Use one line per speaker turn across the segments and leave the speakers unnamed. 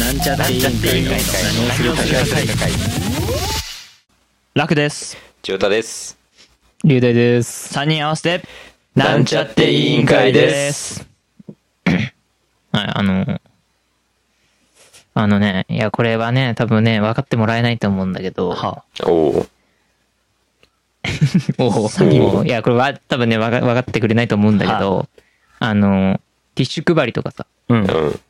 なんちゃって委員会の何をする会楽です
千代田です。
龍大です。
3人合わせて
なんちゃって委員会です
はい、あの、あのね、いや、これはね、多分ね、分かってもらえないと思うんだけど、
は
おお。
おさっきも、いや、これは多分ね、分か分かってくれないと思うんだけど、あの、ティッシュ配りとかさ、
うん
うん。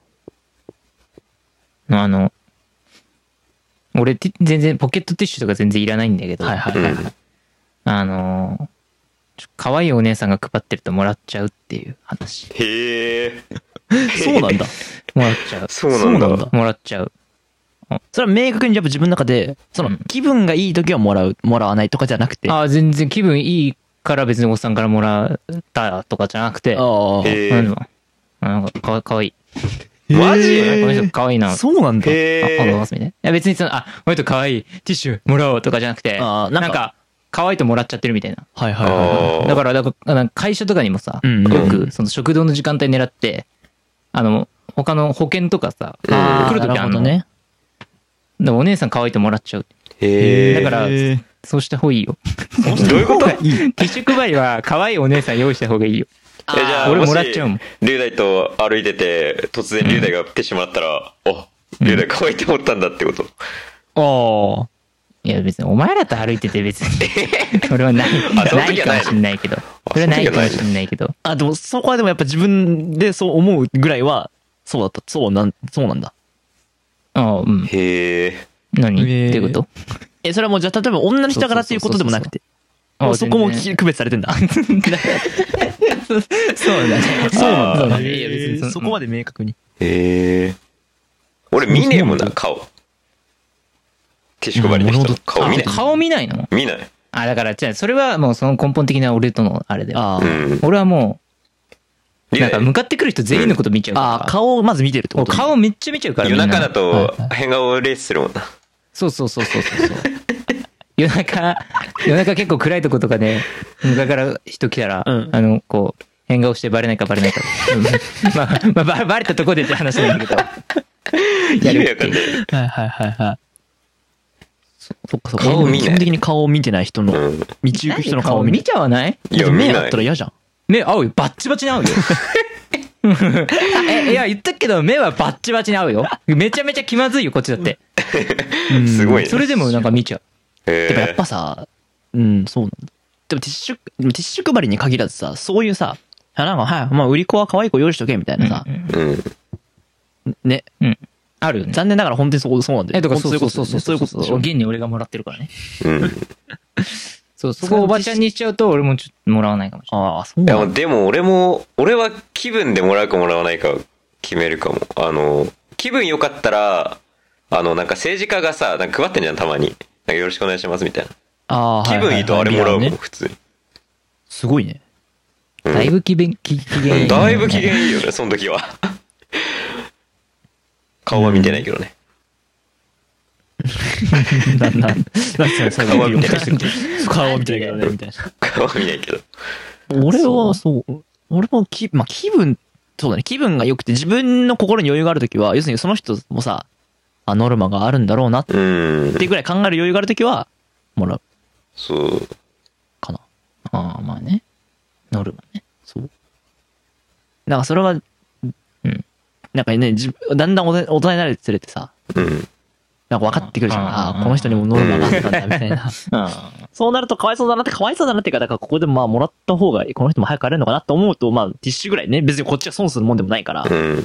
のあの、俺ティ、全然、ポケットティッシュとか全然いらないんだけど、
はいは
う
いはい
ん。
あの、ちょ可愛いお姉さんが配ってるともらっちゃうっていう話。
へえ。
そうなんだ
もらっちゃう。
そうなん
そうなん
だ
だ。
もらっちゃう。
それは明確にやっぱ自分の中でそうの
ん
気分がいい時はもらうもらわないとかじゃなくて
ああ、全然気分いいから別におっさんからもらったとかじゃなくて、
あー
へ
な
え
ん。だなんか、かわかわいい。
マジ
こ
へ
の人かわいいな。
そうなんだ
あ、ありがとうござい
へ
ますみたいな。いや別にその、あ、この人かわいい。ティッシュもらおうとかじゃなくて、
あ
な
ー
ん
なんか
か、かわいいともらっちゃってるみたいな。
はいはいはい
あ
だから、だからなんか会社とかにもさ、
うん
よく、その食堂の時間帯狙って、あの、他の保険とかさ、
あー
来るとき
な
あ
るほ
るの
ど
ね。
ね
でもお姉さんかわいいともらっちゃう。
へえ。
だからそうした方がいいよ。
どういう こと
いい
ティッシュ配りは、かわいいお姉さん用意した方がいいよ。
えじゃあ、
俺
も
もらっちゃうもん
し、龍大と歩いてて、突然龍大が手しまったら、あ、龍大可愛いと思ったんだってこと。
ああ
いや別に、お前らと歩いてて別に。 それはない、
あその
ない
時は
か
ない
もしんないけど。それはないかもしんないけど。
あ、でもそこはでもやっぱ自分でそう思うぐらいは、そうだった。そうなん、そうなんだ。
ああ、うん。
へえ。
何って
えー
いうこと
え、それはもうじゃあ例えば女の人だからっていうことでもなくて。
あ
もうそこも
全然
き区別され てんだ。
そうだね。そう
なんだ
そうだ
え
ね。いや別に
ー
そ
そこまで明確に。
へえ。俺見ねえもんな、顔。ティッシュ配りの人の顔
あ
見ない。
顔見ないの
見ない。
あ、だから、じゃあそれはもうその根本的な俺とのあれだよ。
あ
う
ー
ん。
俺はもう、
龍
なんか向
大、
かってくる人全員のこと見ちゃうから。
あー、顔をまず見てるってこ
俺
と
顔めっちゃ見ちゃうから。
夜中だ
みんな
と変顔レースするもんな。
そうそうそうそうそうそう。夜中、夜中結構暗いとことかで、向かいから人来たら、
うん
あの、こう、変顔してバレないかバレないか。うん まあ、まあバ、バレたとこでって話なん だけど。
意味わかんない。
はいはいはいはい。そそっかそっか。
顔見ない
基本的に顔を見てない人の、
うん
道行く人の顔を見
見
ない
ちゃわない
い
だ
や、
って
見
目あ
な
っ
い
た。ら嫌じゃん。
目合うよ。バッチバチに合 うよ。えいや、言ったけど、目はバッチバチに合うよ。めちゃめちゃ気まずいよ、こっちだって。
すごいね。
それでもなんか見ちゃう。
へ
てかやっ
え
ぱさ、うん、そうなんだ。でもティッシュ、でもティッシュ配りに限らずさ、そういうさ、あなんか、はい、まあ、売り子は可愛い子用意しとけ、みたいなさ。
うん。
ね、
うん。あるよね。
残念ながら本当にそうそうなんだよ。
え、とか、
本当
そうそうそうそう。
そういうことでしょ。
現に俺がもらってるからね。
うん。
そう、そこをおばちゃんにしちゃうと、俺もちょっともらわないかもしれない。
ああ、そう
い
な
や、
んだ。
でも俺も、俺は気分でもらうかもらわないか決めるかも。あの、気分良かったら、あの、なんか政治家がさ、なんか配ってんじゃん、たまに。なんかよろしくお願いしますみたいな。
ああ、
気分いいとあれもらうもん、
ね。
普通に。
すごいね。
うん
だいぶ機嫌、機機嫌いいね
だいぶ機嫌いいよね、その時は。 顔は見てないけどね。
だんだん。
顔は見てないけど。
顔を見てないからね、みたい
顔は見ないけど。
な。俺は、そう。俺もき、まあ、気分、そうだね。気分が良くて、自分の心に余裕があるときは、要するにその人もさ、あ、ノルマがあるんだろうなっ
うん。
てぐらい考える余裕があるときは、もらう
そう。
かな。
ああ、まあね。ノルマね。
そう。なんかそれは、うん。なんかね、自分だんだん大人大人になるにつれてさ、
うん。
なんか分かってくるじゃん。
あ
あ
あ
あー、この人にもノルマがあったんだ、みたいな。
あ
そうなるとかわいそうだなって、かわいそうだなっていうか、だからここでまあもらった方が、この人も早く帰れるのかなって思うと、まあティッシュぐらいね、別にこっちは損するもんでもないから、
うん。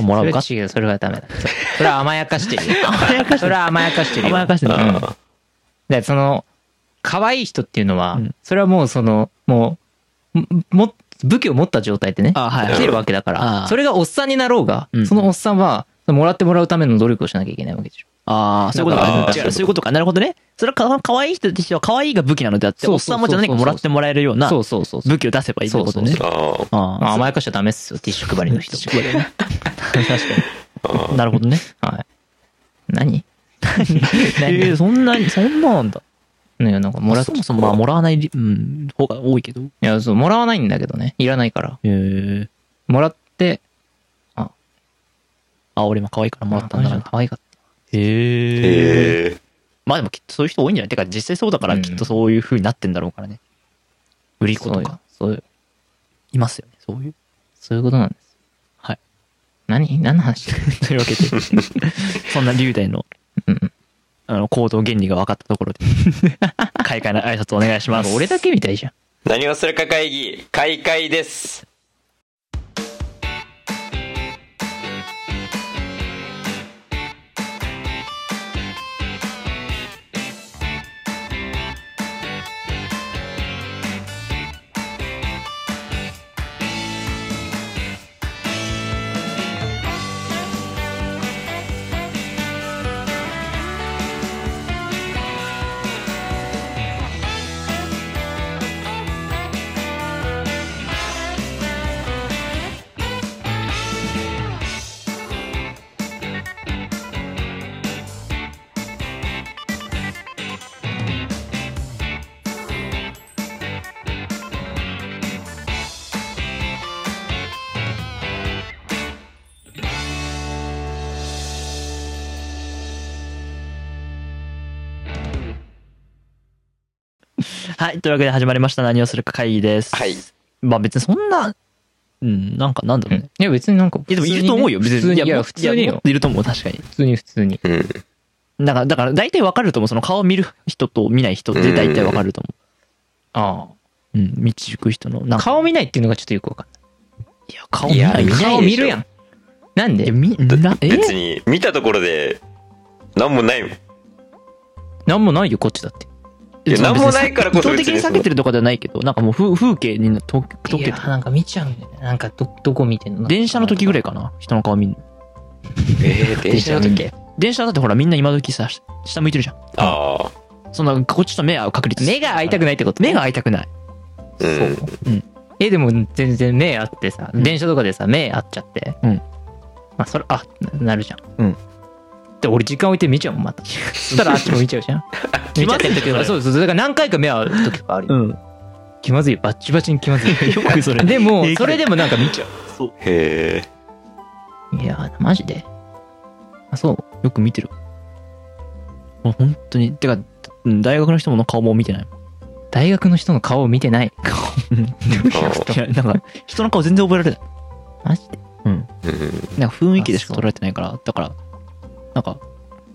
もら
あ。
うか。
それは違う、それはダメだ。そそれは甘やかしてるよ。甘やかしてそれは甘やかしてるよ。
甘やかしてる
うんだからその、可愛い人っていうのは、
うん
それはもうその、もう、も、も武器を持った状態でね、
あはい
来てるわけだから、
あ
それがおっさんになろうが、
うん
そのおっさんは、もらってもらうための努力をしなきゃいけないわけでしょ。
ああ、そういうこと
なん
か。
か
違う、そういうことか。なるほどね。それはかかわいい人って人は可愛いが武器なのであって、
そ
おっ
うそ
さ
うん
もじゃあ何かもらってもらえるような
そうそうそうそう。
武器を出せばいいってことね
そう。
ああ。
まあ
あ
甘やかしちゃダメっすよ、ティッシュ配りの人。
あ、なるほどね。
はい。 何
え
何
ー、そんなに、そんななんだ。
ねなんかもらっ
そもそもまあもらわないり、うん、方が多いけど。
いや、そう、もらわないんだけどね。いらないから。
へえ。
もらって、あ、
あ、俺も可愛いからもらったんだ
あ
な
彼女。可愛かっ
へえ。
へえ。
まあでもきっとそういう人多いんじゃないてか実際そうだから
うん
きっとそういう風になってんだろうからね。売り
た。
子
そ
と
う
か
よ。そうよ。
いますよね。そう いう。
そういうことなんです。
はい。
何何の話
というわけで、 そんな龍大の
うん。
あの行動原理が分かったところ で、開会の挨拶お願いし
な
ま
んか
す。
俺だけみたいじゃん。
何をするか会議、開会です。
はい。というわけで始まりました。何をするか会議です。
はい。
まあ別にそんな、うん、なんかなんだろうね。
いや別になんか普
いや
通
でもいると
にね、
思うよ、別
普通
に。
に。い
い
や
や、
普通に
いやも
よ
っ。といると思う、確かに。
普通に普通に。
うん。
だから、だから大体分かると思う。その顔を見る人と見ない人って大体分かると思
あ
う。うん、道行く人の。なんか
あ。顔見ないっていうのがちょっとよくわかん
いや、顔
ない。
見ない。
でしょ
顔見るやん。なん
いや、
で
みんな、え
別に、見たところで、なんもないもん。
なんもないよ、こっちだって。
いや
その
なんもないからこそ
意図
別
的
に
に避けてるとかじゃないけど、なんかもう風風景にと溶け
い
て
や、なんか見ちゃうんだよね。なんかど、どこ見てんの
電車の時ぐらいかな、人の顔見るの。
ええ電車の時。
電車だってほら、みんな今時さ、下向いてるじゃん。
ああ。
そんな、こっちと目合う確率。
目が開いたくないってこと
目が開いたくない。
うん。
え、でも全然目合ってさ、
うん
電車とかでさ、目合っちゃって。
うん
まあ、それ、あ、ななるじゃん。
うん。
で、俺時間置いて見ちゃうもん、また。そしたらあっちも見ちゃう じゃん。見ちゃってる時
それ
は。そうそう。だから何回か目合う時とかあるよ。
うん。よ
気まずいよ。バッチバチに気まずいよ。
くそれ。
でも、それ
で、
でもなんか見ちゃ
へえ。
う。いやー、マジで。あ、そう。
よく見てる。もう本当に。てか、うん大学の人もの顔も見てない。
大学の人の顔を見てない。
いや、なんか、人の顔全然覚えられない。
マジで。
うん。
なんか雰囲気でしか
あそう。
捉えてないから、だから、なんか、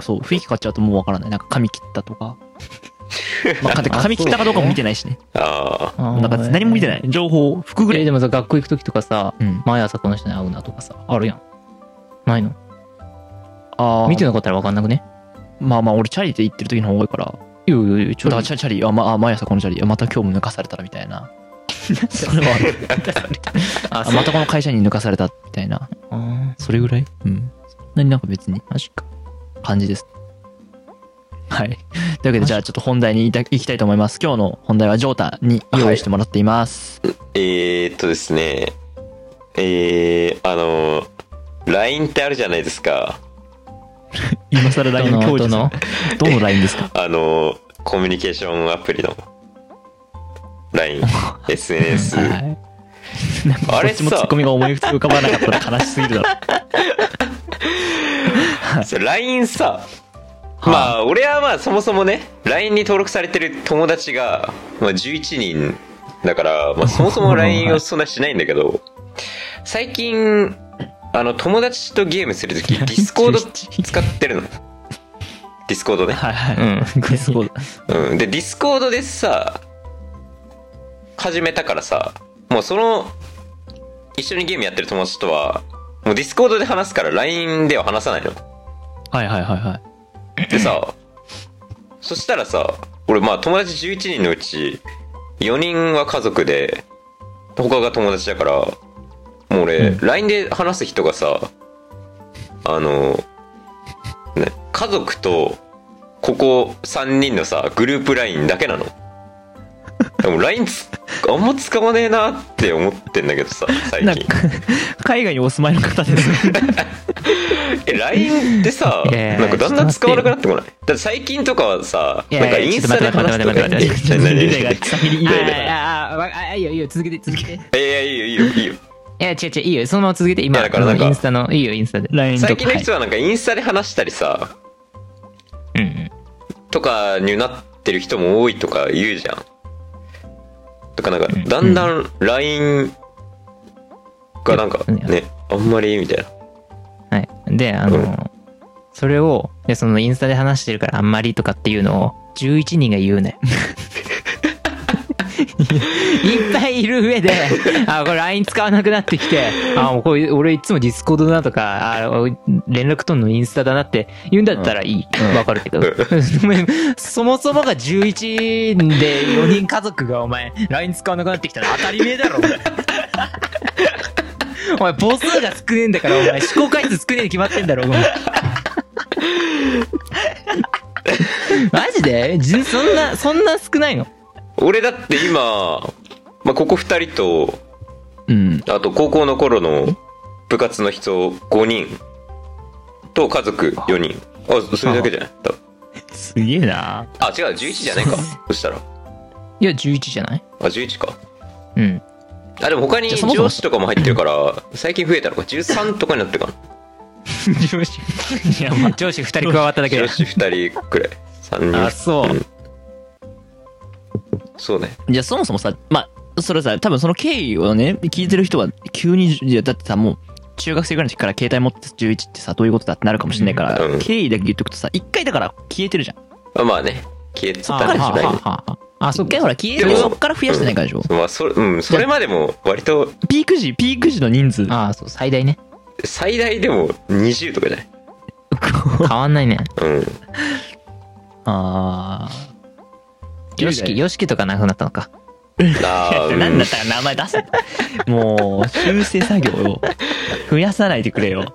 そう、雰囲気変わっちゃうともうわからない。なんか髪切ったとか。まあ、かてか髪切ったかどうかも見てないしね。
ああ。
なんか何も見てないい。情報、服ぐら
え、
い。
でもさ、学校行く時とかさ、
うん。
毎朝この人に会うなとかさ、あるやん。ないの
あ
見
見
て
て
なかったら分かんなくね
まあまあ、俺チャリで行ってる時の方が多いから。
いやいやいや、
だからチャチャリ、あ、まああ、毎朝このチャリ、あまた今日も抜かされたらみたい な。それはある、
あ
あまたこの会社に抜かされたみたいな。
あー
それぐらいうん。そんなになんか別に
マジか。
感じです。はい。というわけで、じゃあちょっと本題にいた行きたいと思います。今日の本題はジョータに用意してもらっています。
えーっとですね。えー、あの、LINE ってあるじゃないですか。
今更
ど
LINE の
の
教
ど
授さん
の
どの LINE ですか
あの、コミュニケーションアプリの LINE、SNS。
はい。なんか
あれ
こっちもツッコミが思い浮かばなかったら悲しすぎるだろ。
そう LINE さ、まあ、俺はまあ、そもそもね、LINE に登録されてる友達が、まあ、11人だから、まあ、そもそも LINE をそんなしないんだけど、最近、あの、友達とゲームするとき、 ディスコード使ってるの。ディスコード ね。
はいはい。
うん。
ディスコー
うん。で、ディスコードでさ、始めたからさ、もうその、一緒にゲームやってる友達とは、もうディスコードで話すから LINE では話さないの。
ド。はいはいはいはい。
でさ、そしたらさ、俺まあ友達11人のうち、4人は家族で、他が友達だから、もう俺、LINE で話す人がさ、あの、ね、家族と、ここ3人のさ、グループ LINE だけなの。でも LINE つあんま使わねえなって思ってんだけどさ、最
なん
近
か。、海外にお住まいの方ですね。
え、LINE ってさ、
いやいや
なんかだんだん使わなくなってこない。だって最近とかはさ、
いやい
なん
や
かインスタで話すとか
ちょっと待って待って待って待って待
え何何何
って
龍大が先に言い
い
た
や
い
い
か
や
ら
ああ、ああ、いいよいいよ、続けて続けて。
いやいや、いいよ、いいよ、いいよ。
いや、違う違う、いいよ。そのまま続けて、今、
いやだからなんか
インスタの、いいよ、インスタで。
LINE とか。
最近の人はなんかインスタで話したりさ、
うんうん。
とかになってる人も多いとか言うじゃん。とかなんか、だんだん LINE がなんか
うん
ね、あんまりみたいな。
はい。で、あの、それを、で、そのインスタで話してるからあんまりとかっていうのを、11人が言うね。 いっぱいいる上で、あ、これ LINE 使わなくなってきて、あ、もうこれ俺いつもディスコードだとか、あ、お連絡取んのインスタだなって言うんだったらいい。わ、かるけど。 そもそもが11で4人家族がお前、LINE 使わなくなってきたら当たり前だろ、お前。 お前、母数が少ねえんだから、お前、試行回数少ねえに決まってんだろ、お前。マジでじそんな、そんな少ないの
俺だって今、まあ、ここ二人と、
うん。
あと高校の頃の部活の人5人と家族4人。あ、それだけじゃない多分
すげえな
あ、違う、11じゃないか。 そしたら。
いや、11じゃない
あ、11か。
うん。
あ、でも他に
じゃあそもそも
上司とかも入ってるから、最近増えたのか。13とかになってるか
上司。いや、まあ、 上司2人加わっただ
な。
けだ
上。司2人くらい。3人。
あそうん
そうね。
じゃあそもそもさ、まあ、それさ、多分その経緯をね、聞いてる人は急に、いやだってさ、もう、中学生ぐらいの時から携帯持って11ってさ、どういうことだってなるかもしれないから、
うん
経緯だけ言っとくとさ、一回だから消えてるじゃん。
まあまあね。消えてた
あ
りし
はあ
ない
は。あはああ、そっ
一回
か。
ほら消え
で
て、
も
そっから増やしてないからでしょ。
まあ、それ、うん、それまでも割と
ピーク時、ピーク時の人数。
あそう、最大ね。
最大でも20とかじゃない。
変わんないね。
うん。
あ
よしき、よしきとかなくなったのか。
あー
ー。なんだったら名前出せ。もう、修正作業を増やさないでくれよ。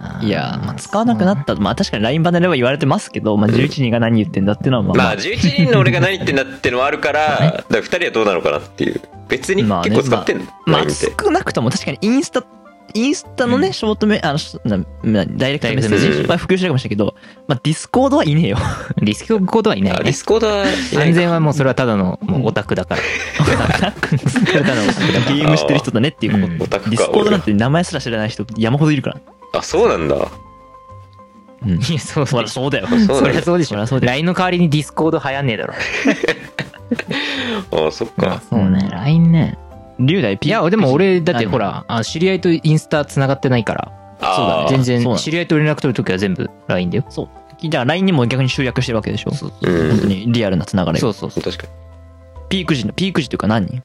あー
いやー、まあ、使わなくなった。まあ、確かに LINE 離れは言われてますけど、まあ、11人が何言ってんだっていうのは、まあ、
まあ、11人の俺が何言ってんだってのもあるから、だから2人はどうなのかなっていう。別に
まあね
結構使ってんの、
まあ、
LINE って。
少なくとも確かにインスタ、インスタのね、ショートメ、あの、しななダイレクトメッセー
クトメッセ
ダイレ
ー
ジ
ジ
は普及してるかもしれないけど、まあ、ディスコードはい ねえよ。
リスクコードはいな
あ
い
ディ
ね。
スコードはいない
安全はもうそれはただの、もうオタクだから。
作れたのゲームしてる人だねっていうこと。
うん
オタクか
ディスコードなんて名前すら知らない人山ほどいるから。
あ、そうなんだ。
うん。
いや、そう
そ
そう
りゃ。そうだよ。
そう
そ
なん
り
だ
ゃ。そうでし
そり
ょ
ゃそう。だ
LINE の代わりにディスコード流行んねえだろ。
あ、そっか。
そうね、LINE ね。
龍大
い
P。
や、でも俺、だって
あの
ほら、あ知り合いとインスタ繋がってないから、
あー
全
そうな
然、
の
知り合いと連絡取るときは全部 LINE だよ。
そう。だから LINE にも逆に集約してるわけでしょ。そう
そううん
本当にリアルなつながり。。
そううそうそ
確か
ピーク時の、ピーク時というか何人
う。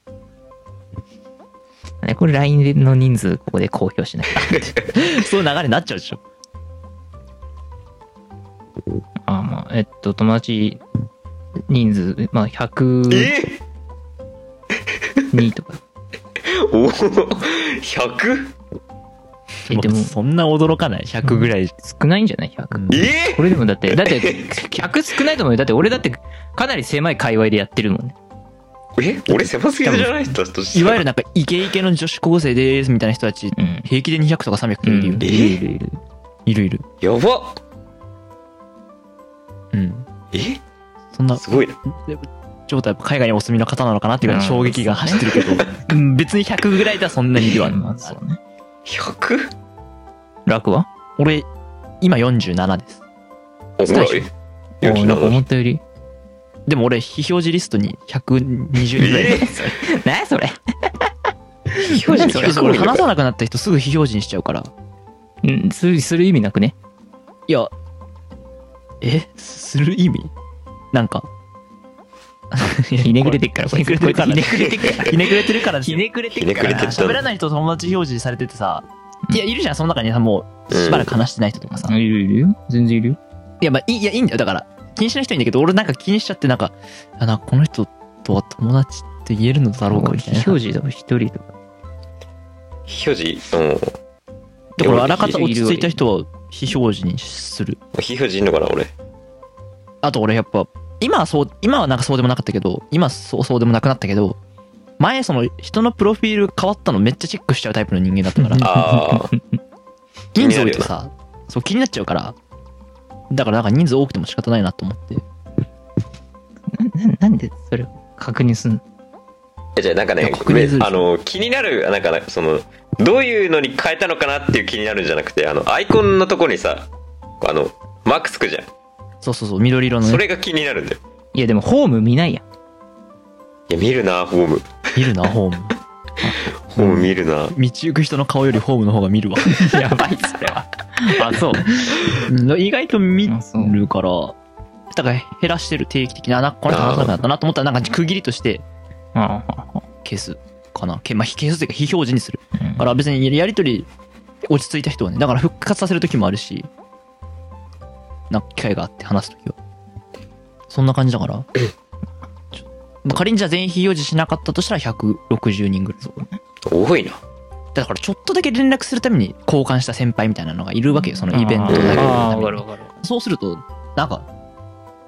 ねこれ LINE の人数、ここで公表しない。
そういう流れになっちゃうで しょ。
あーまあ、えっと、友達人数、まあ、
に。
102
え
とか。
おお 100?
えでも
もうそんな驚かない。100ぐらい。
少ないんじゃない ?100。
うん
え
これでもだって、だ って、100少ないと思うよ。だって俺だって、かなり狭い界隈でやってるもんね。
え俺狭すぎるじゃないだと
いわゆる
る。
なんかイケイケの女子高生ですみたいな人たち
うん。
平気で200とか300とかいるよ、
うん
え
いるいるいる
いるいる
やば
うん
え
そんな
すごいな。
状態海外にお住みの方なのかなっていうぐらい衝撃が走ってるけど、うん別に100ぐらいではそんなにでは
ま
な
あ
い
そうね。
100?
楽は
俺今47です
お
そうでしょ
い。
おーなんか思
47
ったより。
でも俺非表示リストに120ぐらい
え
なそれ。
非表示
そうそう俺話さなくなった人すぐ非表示にしちゃうから
うん、する、する意味なくね。
いやえする意味なんか
ひねくれてっから、
ひねくれてるから
ひねくれてっから。
ひねくれてるからです
ひ
よ
ねくれて
ひね
っ
く
か
れて
ら
っ。
喋らない人と友達表示されててさ、いや、いるじゃん、その中にさ、もう、しばらく話してない人とかさ。い
いるいるよ。全然いるよ。
や、まあ、いい、いや、いいんだよ。だから、気にしない人いいんだけど、俺なんか気にしちゃって、なんか、あなんかこの人とは友達って言えるのだろうか、みたいな。
表示とか一人とか。
非表示うん。
だから、あらかた落ち着いた人は、非表示にする。
非表示いんのかな俺。
あと、俺やっぱ、今はそう、今はなんかそうでもなかったけど、今はそう、そうでもなくなったけど、前、その、人のプロフィール変わったのめっちゃチェックしちゃうタイプの人間だったから、
ああ。気
人
に
数
な
多
る
い
よ
とさ、そう、気になっちゃうから、だから、なんか人数多くても仕方ないなと思って。
な、なんでそれを確認すんの
やじゃあなんか
い
ね
や確認するでしょ
あの気になるなんかそのどういうのに変えたのかなっていう気になるんじゃなくてあのアイコンのとこにさあのマークつくじゃん
そうそうそう、緑色の
そ
ね。
れが気になるんだよ
いやでもホーム見ないやん。
いや見るなホーム
見るな、ホーム。
ホーム見るな、
道行く人の顔よりホームの方が見るわ。
やばいっす ね。あ、そう。
うん意外と見
あそう
るから、だから減らしてる定期的に、あ、なんかこの人話さなくなったなと思ったら、なんか区切りとして
あ
消すかな。けまあ、消すというか非表示にする。
うん
だから別にやりとり落ち着いた人はね、だから復活させる時もあるし、なんか機会があって話す時は。そんな感じだから。ちょまあ仮にじゃあ全員非表示しなかったとしたら160人ぐらい。
多いな
だからちょっとだけ連絡するために交換した先輩みたいなのがいるわけよ、そのイベントだけの
で
あ
た
あ、わか
め
る
に。
わかる。
そうすると、なんか、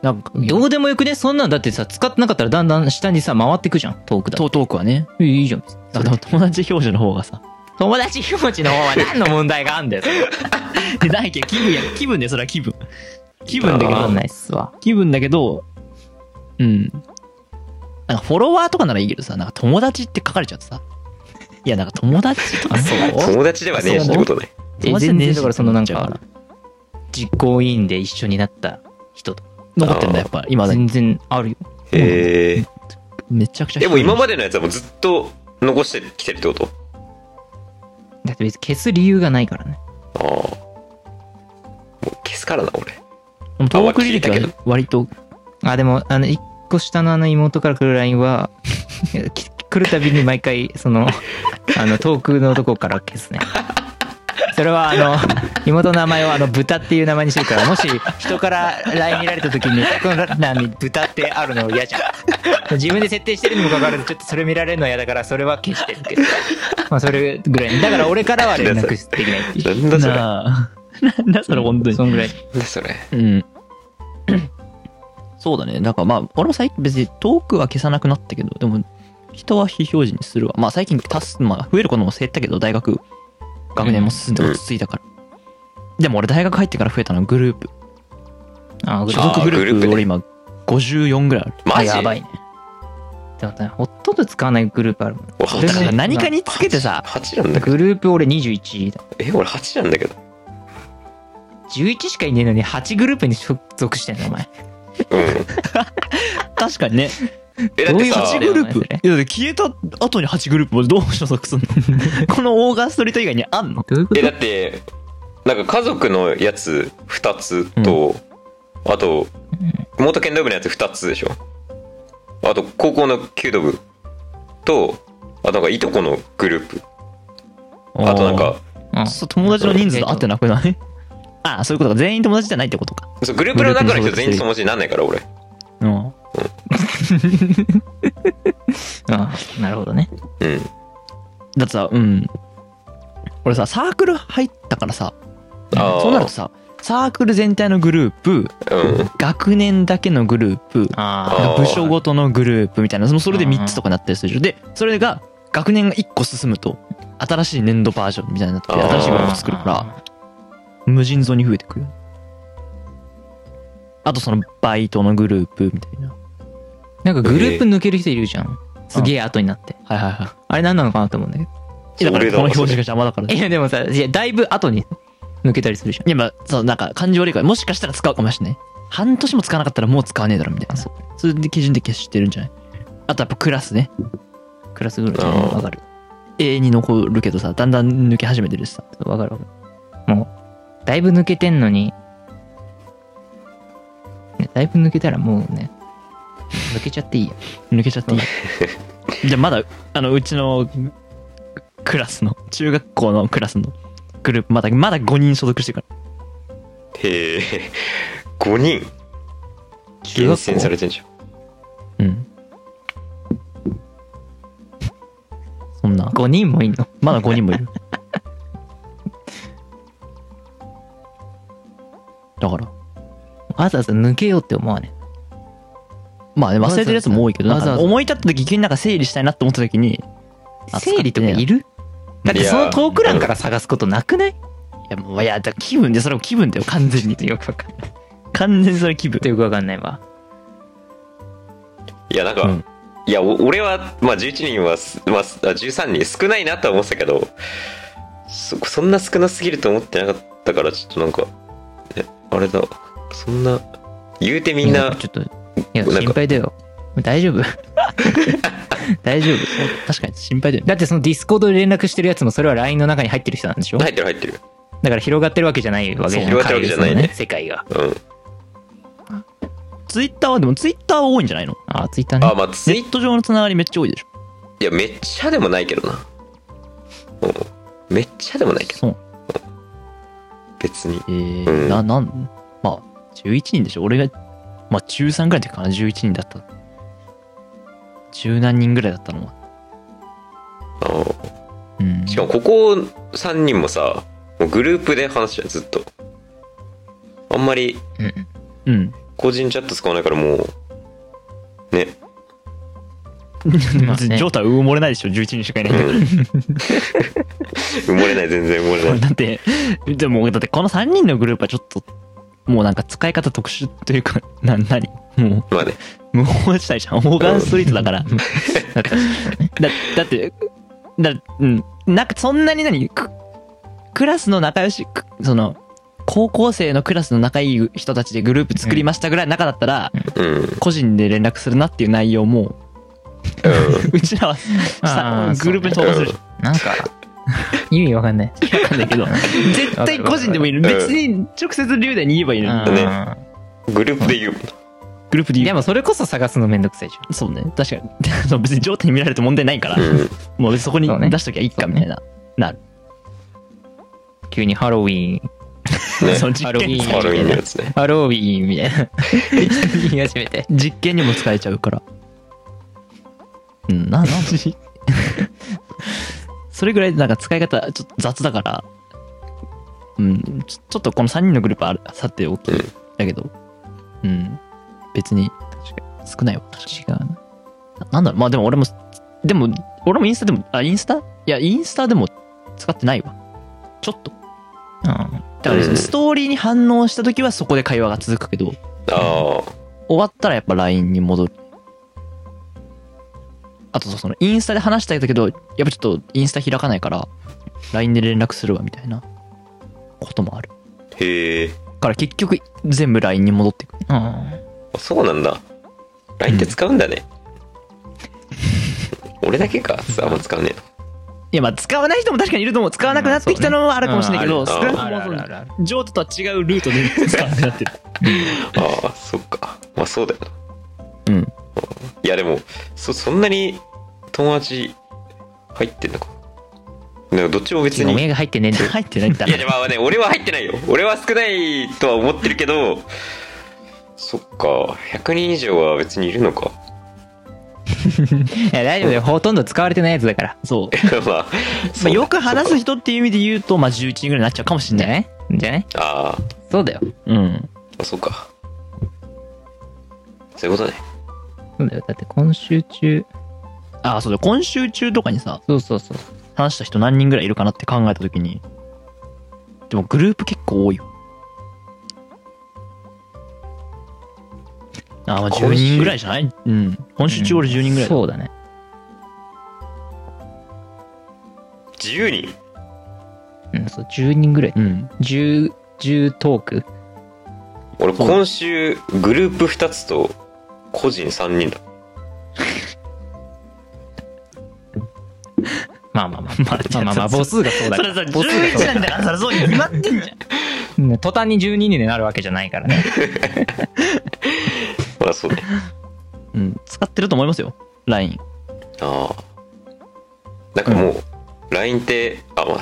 なんか、
どうでもよくね、そんなんだってさ、使ってなかったらだんだん下にさ、回ってくじゃん、トークだと。
トトークはね、
いいじゃん。
だから友達表示の方がさ、
友達気持ちの方は何の問題があん だよ。
でないけど気分や、気分でそれは気分。気分だけ
わかん
ど、
ないっすわ。
気分だけど、うん。なんかフォロワーとかならいいけどさ、なんか友達って書かれちゃってさ、いやなんか友達とかそう
友達ではねえしってことね
え、
友達
全然だ
と
からそのな
思
ん
っちゃう
か、実行委員で一緒になった人とか、
残ってるんだやっぱ、今だに
全然あるよ。
へえ
めちゃくちゃ
でも今
ま
までのやつはもうずっと残してきてるってこと
だって別に消す理由がないからね。
ああもう消すからな俺
でもトーク履歴
あ聞いた
は割と、
あ、でも、あの、一個下のあの妹から来る LINE は、 き来るたびに毎回、その、あの、遠くのとこから消すね。それはあの、妹の名前をあの、豚っていう名前にしてるから、もし人から LINE 見られた時に、この欄に豚ってあるの嫌じゃん。自分で設定してるにもかかわらず、ちょっとそれ見られるの嫌だから、それは消してるけ ど。まあ、それぐらい。だから俺からは連絡できないってい
なん
う。
だそれな
なあ なんだそれ本当に。
そんぐらい。
んだそれ
うん。そうだね。なんかまあ、俺も最近別にトークは消さなくなったけど、でも、人は非表示にするわ。まあ最近足す、まあ増えることも減ったけど、大学、学年も進んで落ち着いたから。でも俺大学入ってから増えたのグループ。
あ、
所属グル
グル
ープ
ープね
俺今54ぐらいある。
マジ
あやばいね。でもね、ほとんど使わないグループあるもん。
俺
で
だ
も
から何かにつけてさ、
8なんだけど
グループ俺21だ。
え俺8なんだけど
11しかいねえのに8グループに所属してんのお前。
うん
確かにね、
えだって
どういう八
さ
8グ
分
ループ。いや、消えた後に8グループもどう所属すんの このオーガストリート以外にあんの
どういうこ
えだってなんか家族のやつ2つと、あと元剣道部のやつ2つでしょあと高校の弓道部とあとなんかいとこのグループあとなんか
うん
そう友達の人数と合ってなくない ああそういうことか全員友達じゃないってことか
そうグループの中の人全員友達になんないから俺
うん
あなるほどね。
うん
だってさうん俺さサークル入ったからさ
あー
そうなるとさサークル全体のグループ
うん
学年だけのグループ
あ
あ
部署ごとのグループみたいなそのそれで3つとかなったりするでしょでそれが学年が1個進むと新しい年度バージョンみたいになって
あー
新しいグルー
あ。
プ作るから無尽蔵に増えてくよあとそのバイトのグループみたいな
なんかグループ抜ける人いるじゃん。すげえ後になって。
はいはいはい
あれ何なのかなと思うんだけど。
いやだから
それ
こ
だ
の
わ
表示が邪魔だから
いやでもさ、いやだいぶ後に抜けたりするじゃん。
いや、まあ、そう、なんか、感情悪いから、もしかしたら使うかもしれない。半年も使わなかったらもう使わねえだろ、みたいな。それで基準で消してるんじゃないあとやっぱクラスね。
クラスグループ
あー
わかる。
永遠に残るけどさ、だんだん抜け始めてるしさ。
わかるわかる。もう、だいぶ抜けてんのに、ねだいぶ抜けたらもうね、抜けちゃっていいや。
抜けちゃ っていい。じゃあまだ、あの、うちのクラスの、中学校のクラスのグループ、まだ、まだ5人所属してるから。
へ え5人
中
厳
学校
選されてんじゃん
うん。そんな、
5人もいんの
まだ5人もいる。だから、
わざわざ抜けようって思わね
まあね、忘れてるやつも多いけど、な
わ
ん
ざわざ
か思い立った時、急になんか整理したいなって思った時に、あ
整理とかいるだってそのトーク欄から探すことなくない
いや、もういや、だから気分で、それも気分だよ、完全に。
よくわかんない。
完全にそれ気分。
よくわかんないわ。
いやなんか、
うん
いや、お俺は、まあ、11人はす、まあ、すあ13人、少ないなとは思ってたけど、そ、そんな少なすぎると思ってなかったから、ちょっとなんか、え、あれだ、そんな、言うてみん
いや
な、
ちょっと、いや、
なんか
心配だよ。大丈夫大丈夫。
確かに心配だよね。
だってそのディスコードで連絡してるやつもそれは LINE の中に入ってる人なんでしょ
入ってる入ってる。
だから広がってるわけじゃないわけじゃん
そう広がってるわけじゃないね
海外の世界が。
うん。
ツイッターは、でもツイッターは多いんじゃないの
あ、ツイッター
あ、
ね。
まあ、ツイ
ネット上のつながりめっちゃ多いでしょ。
いや、めっちゃでもないけどな。うん。めっちゃでもないけど、
そう。
別に。
えー
うん
な、なん、まあ、11人でしょ。俺が、まあ、中3ぐらいの時かな、11人だった。十何人ぐらいだったのは。
あの
うん。
しかも、ここ3人もさ、もうグループで話してるずっと。あんまり、
うん
うん。
個人チャット使わないからもう、ね。
まあ
別に
ね
ジョータは埋もれないでしょ、11人しかいないんだから。
埋もれない、全然埋もれない。
だって、でも、だってこの3人のグループはちょっと、もうなんか使い方特殊というか、 な、なにも
まあね。
う、無法地帯じゃん。オーガンストリートだから。
だって
だだってだうんなんかそんなに何くクラスの仲良しくその高校生のクラスの仲いい人たちでグループ作りましたぐらいの中だったら、
うん。うん。
個人で連絡するなっていう内容もうちらはさ
あー
グループに投稿するじゃん
なんか、意味わかんない。
わかんないけど 絶対個人でもいる
わかる
別に直接龍大に言えばいいのに
んね
あ
グループで言う。
グループで
ー
言
で
えば
もそれこそ探すのめんどくさいじゃん。
そうね確かに そう別に上手に見られると問題ないから
うん。
もうそこに
そうね
出しときゃいいかみたいななる
急にハロウィ ン、
ね
その実験
ハ
ハロウィンのやつね。
ハロウィンみたいな。 言い始めて。
実験にも使えちゃうから。うん、な、な、 それぐらいなんか使い方ちょっと雑だから、うん、ちょちょっとこの3人のグループはあるさておき
うん
だけど、うん、別に少ないわ、確かに。
違うな。
ななんだろう、まあでも俺も、でも、俺もインスタでも、あ、インスタいや、インスタでも使ってないわ。ちょっと。
うん
だから、
うん
ストーリーに反応した時はそこで会話が続くけど、
あ
終わったらやっぱ LINE に戻る。あと、その、インスタで話したいんだけど、やっぱちょっとインスタ開かないから、LINE で連絡するわ、みたいなこともある。
あ。へえ。
だから結局、全部 LINE に戻ってくる。
うん
あそうなんだ。LINE って使うんだ ね。俺だけか。あんま使うね
いや、まあ、使わない人も確かにいると思う。使わなくなってきたのはあるかもしれないけ
う
ど、
ん
少
そう
な
ね
く
あるあるある
と
ある。
も、ジョートとは違うルートで使わなくなってる。
えな。ああ、そっか。まあそうだよな。
うん。
いやでも、そ、そんなに友達入ってんのか。なんかどっちも別
お
に。
めえが入ってねえんだ よ。
入ってないんだ
いや、でもね、俺は入ってないよ。俺は少ないとは思ってるけど、そっか、100人以上は別にいるのか。
いや、大丈夫だよ。ほとんど使われてないやつだから。
そう。
まあ、
まあ、
そう
よく話す人っていう意味で言うと、まあ、11人ぐらいになっちゃうかもしれ
じゃ
ない。
ないじゃない
あー
そうだよ。
うん。
まあ、そうか。そういうことね。
そうだよ。だって今週中、
ああ、そうだ。今週中とかにさ、
そうそうそう。
話した人何人ぐらいいるかなって考えたときに、でもグループ結構多いよ。あー、まあ10人ぐらいじゃないうん。今週中俺10人ぐらいだ。
そうだね。
10人
うん、そう、10人ぐらい。
うん。
10、10トーク。
俺、今週、グループ2つと、個人3人だ。
まあま あまあまあまあまあまあ、
そう
母数がそうだ
そ
か
れ
ら。
さ、
母数が
11
そうだ
なんだから、それそうに決まってんじゃん。
うん途端に12人になるわけじゃないから ね。
まあ、そうね。
うん。使ってると思いますよ。LINE。
ああ。なんかもう、LINE って、あ、まあ、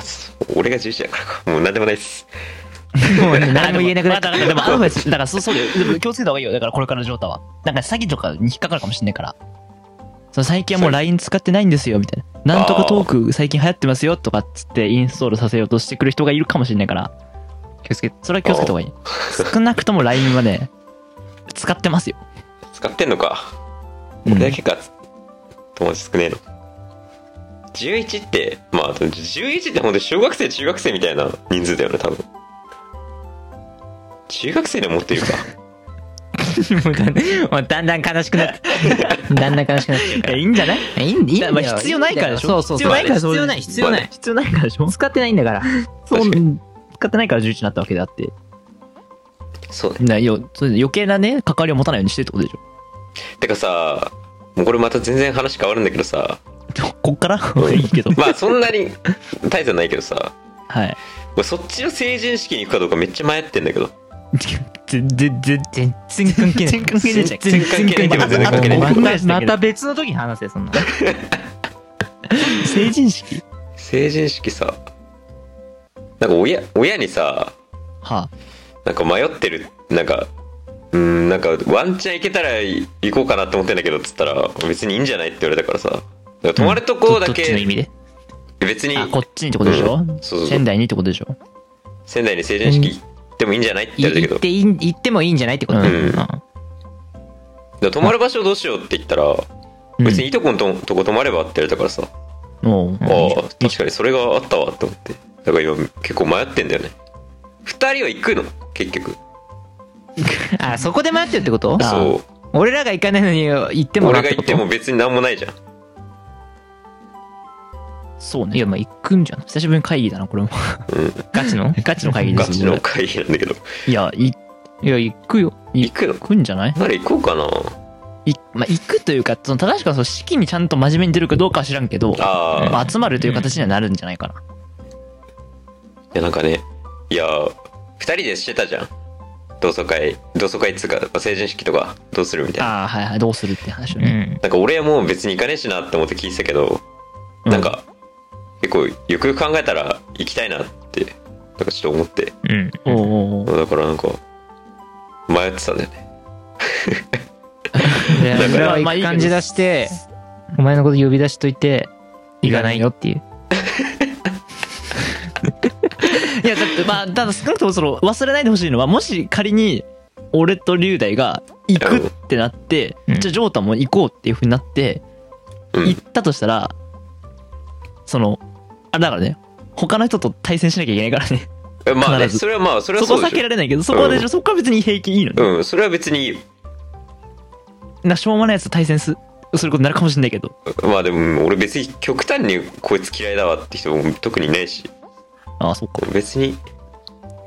俺が11だからか。もう何でもないっす。
もうね何も言えなくなっちゃ
まあだからでもアドバイス、だからそうそうだよ。でも気をつけた方がいいよ。だからこれからのジョータは。なんか詐欺とかに引っかかるかもしんないから。その最近はもう LINE 使ってないんですよ、みたいな。なんとかトーク最近流行ってますよ、とかっつってインストールさせようとしてくる人がいるかもしんないから。
気をつけて。
それは気をつけた方がいい。少なくとも LINE はね、使ってますよ。
使ってんのか。
うん
俺だけか、友達少ねえの11ってまあ11ってほんと小学生中学生みたいな人数だよね多分中学生でも持ってるか
もうだんもうだんだん悲しくなって、だんだん悲しくなってるか
いやいいんじゃない
ら。いいんいいんだよ
まあ必要ないからでしょ
そうそう
必
そう。
要ないから
必要ない、必要ない。
必要ないからでしょ
使ってないんだから。
そう
確か
使ってないから11になったわけであって
そうね
なよそれで余計なね関わりを持たないようにしてるってことでして
かさもうこれまた全然話変わるんだけどさ
ょこっからいいけ ど
まあそんなに大差ないけどさ
はい
俺そっちの成人式に行くかどうかめっちゃ迷ってんだけど
全然全
全然関係ない。
全然関係ないじゃん
全然関係な
全
い。
然関係ない
全
ま
然関係ない
たまた別の時に話せ、そんな。
然成人式
成人式さなんか親親にさ
は
なんか迷ってるなんかうーんなんかワンチャン行けたら行こうかなって思ってんだけどっつったら別にいいんじゃないって言われたからさだから泊まると
あ
こだ
どっちの意
け
味で
別に
あこっちにってことでしょ
うんそうそうそう
仙台にってことでしょ
仙台に成人式行ってもいいんじゃないって
い
言われた
行
け
っ
ど
ていい、行ってもいいんじゃないってこと
うん
だから泊まる場所どうしようって言ったら
うん
別にいとこのととこ泊まればって言われたからさ
もう
ああ確かにそれがあったわと思ってだから今結構迷ってんだよね2人は行くの結局
あ、そこで待ってるってこと
あ
そ
俺らが行かないのに行って
う
もら
俺が行
うってこ
って
と
も別に何もないじゃん
そう
い
ね
や、まあ行くんじゃない
久しぶりに会議だなこ れも
ガチの
ガチの会議で
ガ
す
チの会議なんだけど
いやい
いや、行くよ。
行くの
行くんじゃない
なら行こうかない
まあ、行くというかその正しくはその式にちゃんと真面目に出るかどうかは知らんけど
ああ
まあ、集まるという形にはなるんじゃないかな、
いやなんかねいや2人でしてたじゃん同窓会同窓会っつうかまあ成人式とかどうするみたいな
ああはいはいどうするって話を
う
ね、
ん。
なんか俺はもう別に行かねえしなって思って聞いてたけど
うん
なんか結構よくよく考えたら行きたいなってなんかちょっと思って
うん。
おうおうおう
だからなんか迷ってたんだよね
で
だから
俺は行く感じ出して、お前のこと呼び出しといて、行かないよっていう。
いやだってまあただ少なくともその忘れないでほしいのはもし仮に俺と龍大が行くってなって、
うん
じゃあジョータも行こうっていうふうになって、
うん
行ったとしたらそのあれだからね他の人と対戦しなきゃいけないからね
えまあね
必ず
それはまあそれ
そ
は
こは
そうで
避け
し
られないけどそこはでしょ、そこは別に平気いいの
ょ
ね、
うんそれは別にいいよ
なしょうもないやつと対戦すすることになるかもしれないけど
まあでもうん俺別に極端にこいつ嫌いだわって人も特にねえし
ああそっか
別に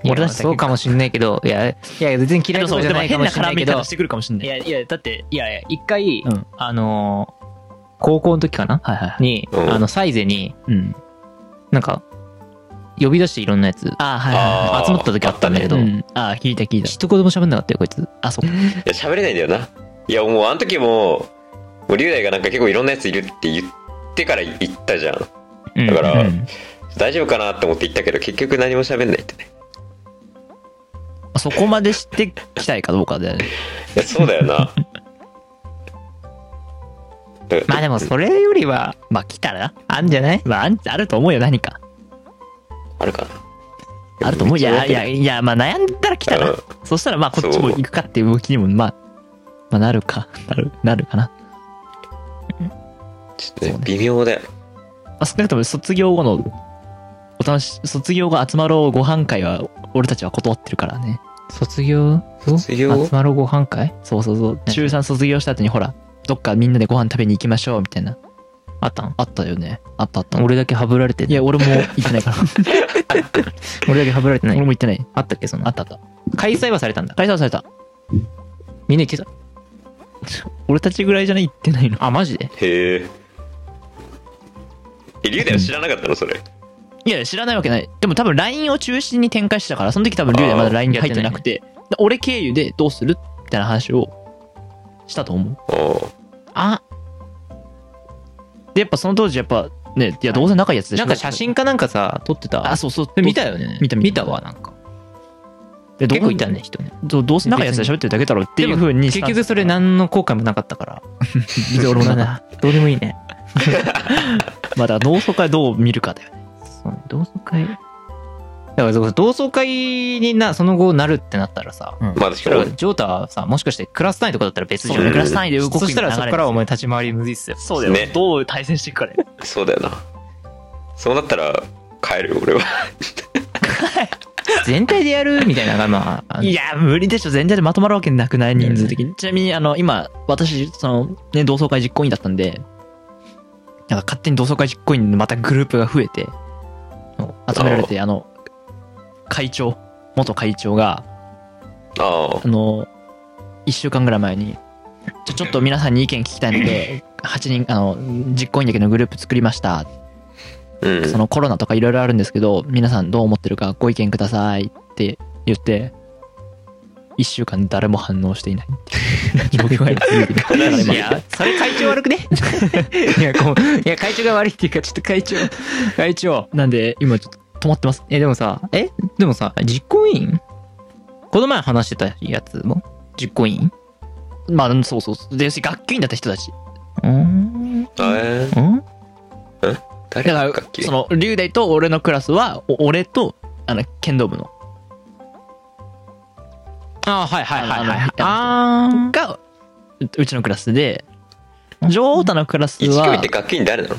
俺
い
だ
や
って
そうかもしんないけど、いや、いや、全然嫌いとかじゃないかもしん
でも
ないけ
変な絡み
ど
方し、てくるかもしれないい
や、いや、だって、いやいや、一回、
うん
あのー高校の時かな
はいはいはい
に、
うん
あの、サイゼに、
うん
なんか、呼び出していろんなやつ、
ああはいはいはい
あー
集まった時あったんだけ
う
ど、
ん、ああ聞いた聞いた
一言も喋んなかったよ、こいつ。
あそっか
いや喋れないんだよないやもうあの時ももう龍大がなんか結構いろんなやついるって言ってから行ったじゃん
うん
だから
うん
大丈夫かなって思って行ったけど結局何も喋んないってね
そこまでしてきたいかどうかだよね。
いやそうだ よなだから
まあでも、それよりは、
まあ来たら、
あんじゃない
まああんあると思うよ、何か。
あるかな
あると思う。いやいや
い
いや、まあ悩んだら来た
う
ら
ん。
そしたらまあこっちも行くかっていう動きにも、まあ、まあなるか、なる、なるかな。
ちょっとね
そうね
微妙だよ
まあ少なくとも卒業後の、お楽し、卒業後集まろうご飯会は、俺たちは断ってるからね。
卒業
卒業
集まろうご飯会
そうそうそう。中3卒業した後にほら、どっかみんなでご飯食べに行きましょうみたいな。
あったん
あったよね。あったあった。
俺だけハブられて
いや、俺も行ってないから。
俺だけハブられてな
俺
い
も行ってない。
あったっけその
あったあった。
開催はされたんだ
解散された。
みんな行ってた
俺たちぐらいじゃない行ってないの。
あマジで
へええ龍大は知らなかったのそれ
いや、知らないわけない。でも多分 LINE を中心に展開してたから、その時多分リュウダイまだ LINE に入ってなくて、で俺経由でどうするみたいな話をしたと思う。
ああ
あ
で、やっぱその当時やっぱね、いや、どうせ仲いいやつでし
な
ょ。
んか写真かなんかさ撮ってた
あ、そうそう。
で見たよね
見た見
見
た
たわなんか
でどう
結構いたね人ね
どうどうせ仲いいやつで喋ってるだけだろうっていう風に
結局それ
な、
何の後悔もなかったから
俺もな、
などうでもいいね
まあだから同窓会どう見るかだよね。
そうね同窓会だからそう同窓会になその後なるってなったらさ
まあ確
そ
か
れ
に
はジョータはさもしかしてクラス単位とかだったら別じ
そ
ゃ
うだね、
ん
クラス単位で動く
そしたらそこからはお前立ち回り無理っすよ
そうだよ、
ね
どう対戦していくかね。
そうだよなそうなったら帰るよ俺は
全体でやるみたいなのが、まああの、
いや、無理でしょ。全体でまとまるわけなくない人数的に。ちなみに、あの、今、私、その、ね、同窓会実行委員だったんで、なんか勝手に同窓会実行委員でまたグループが増えて、集められて、あの、会長、元会長が、
あ
あの、1週間ぐらい前に、ちょ、ちょっと皆さんに意見聞きたいの で、8人、あの、実行委員だけのグループ作りました。
あ、うん。
そのコロナとかいろいろあるんですけど、皆さんどう思ってるかご意見くださいって言って、一週間誰も反応して いないっていう状況が続いてる
悲し
いや、それ会長悪くね いや、こう、いや、会長が悪いっていうか、ちょっと会長、会長。
なんで、今ちょっと止まってます。
え、でもさ、えでもさ、実行委員この前話してたやつも実行委員
まあ、うんそうそうそう。で、要するに学級委員だった人たち。
うーん。
えー
うん
誰
だ
だ
か
っけ
ら、その、龍大と俺のクラスは、お俺と、あの、剣道部の、
あはいはいはいはい。
あ
あ
が、ううちのクラスで、女王太のクラス
一組っ
は
て、学級委員誰なの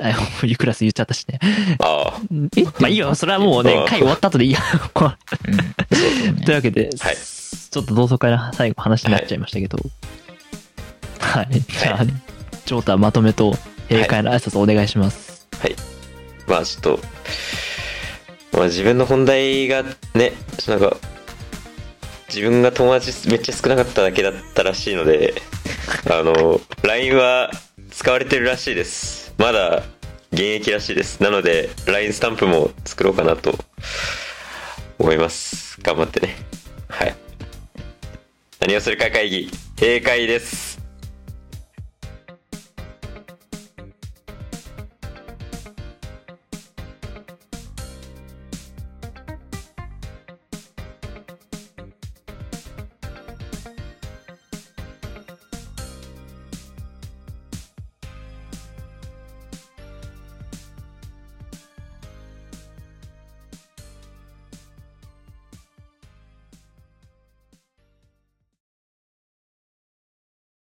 あこういうクラス言っちゃったしね。
あ
えまあいいよ、それはもうね
あ、
会終わった後でいいや。こうというわけで、
はい
ちょっと同窓会の最後話になっちゃいましたけど、はい。じゃあ、ジョータまとめと閉会の挨拶お願いします。
あ、まあちょっと、まあ自分の本題がね、ちょっとなんか、自分が友達めっちゃ少なかっただけだったらしいので、 あの、LINE は使われてるらしいです。まだ現役らしいです。なので、LINE スタンプも作ろうかなと思います。頑張ってね。はい。何をするか会議、閉会です。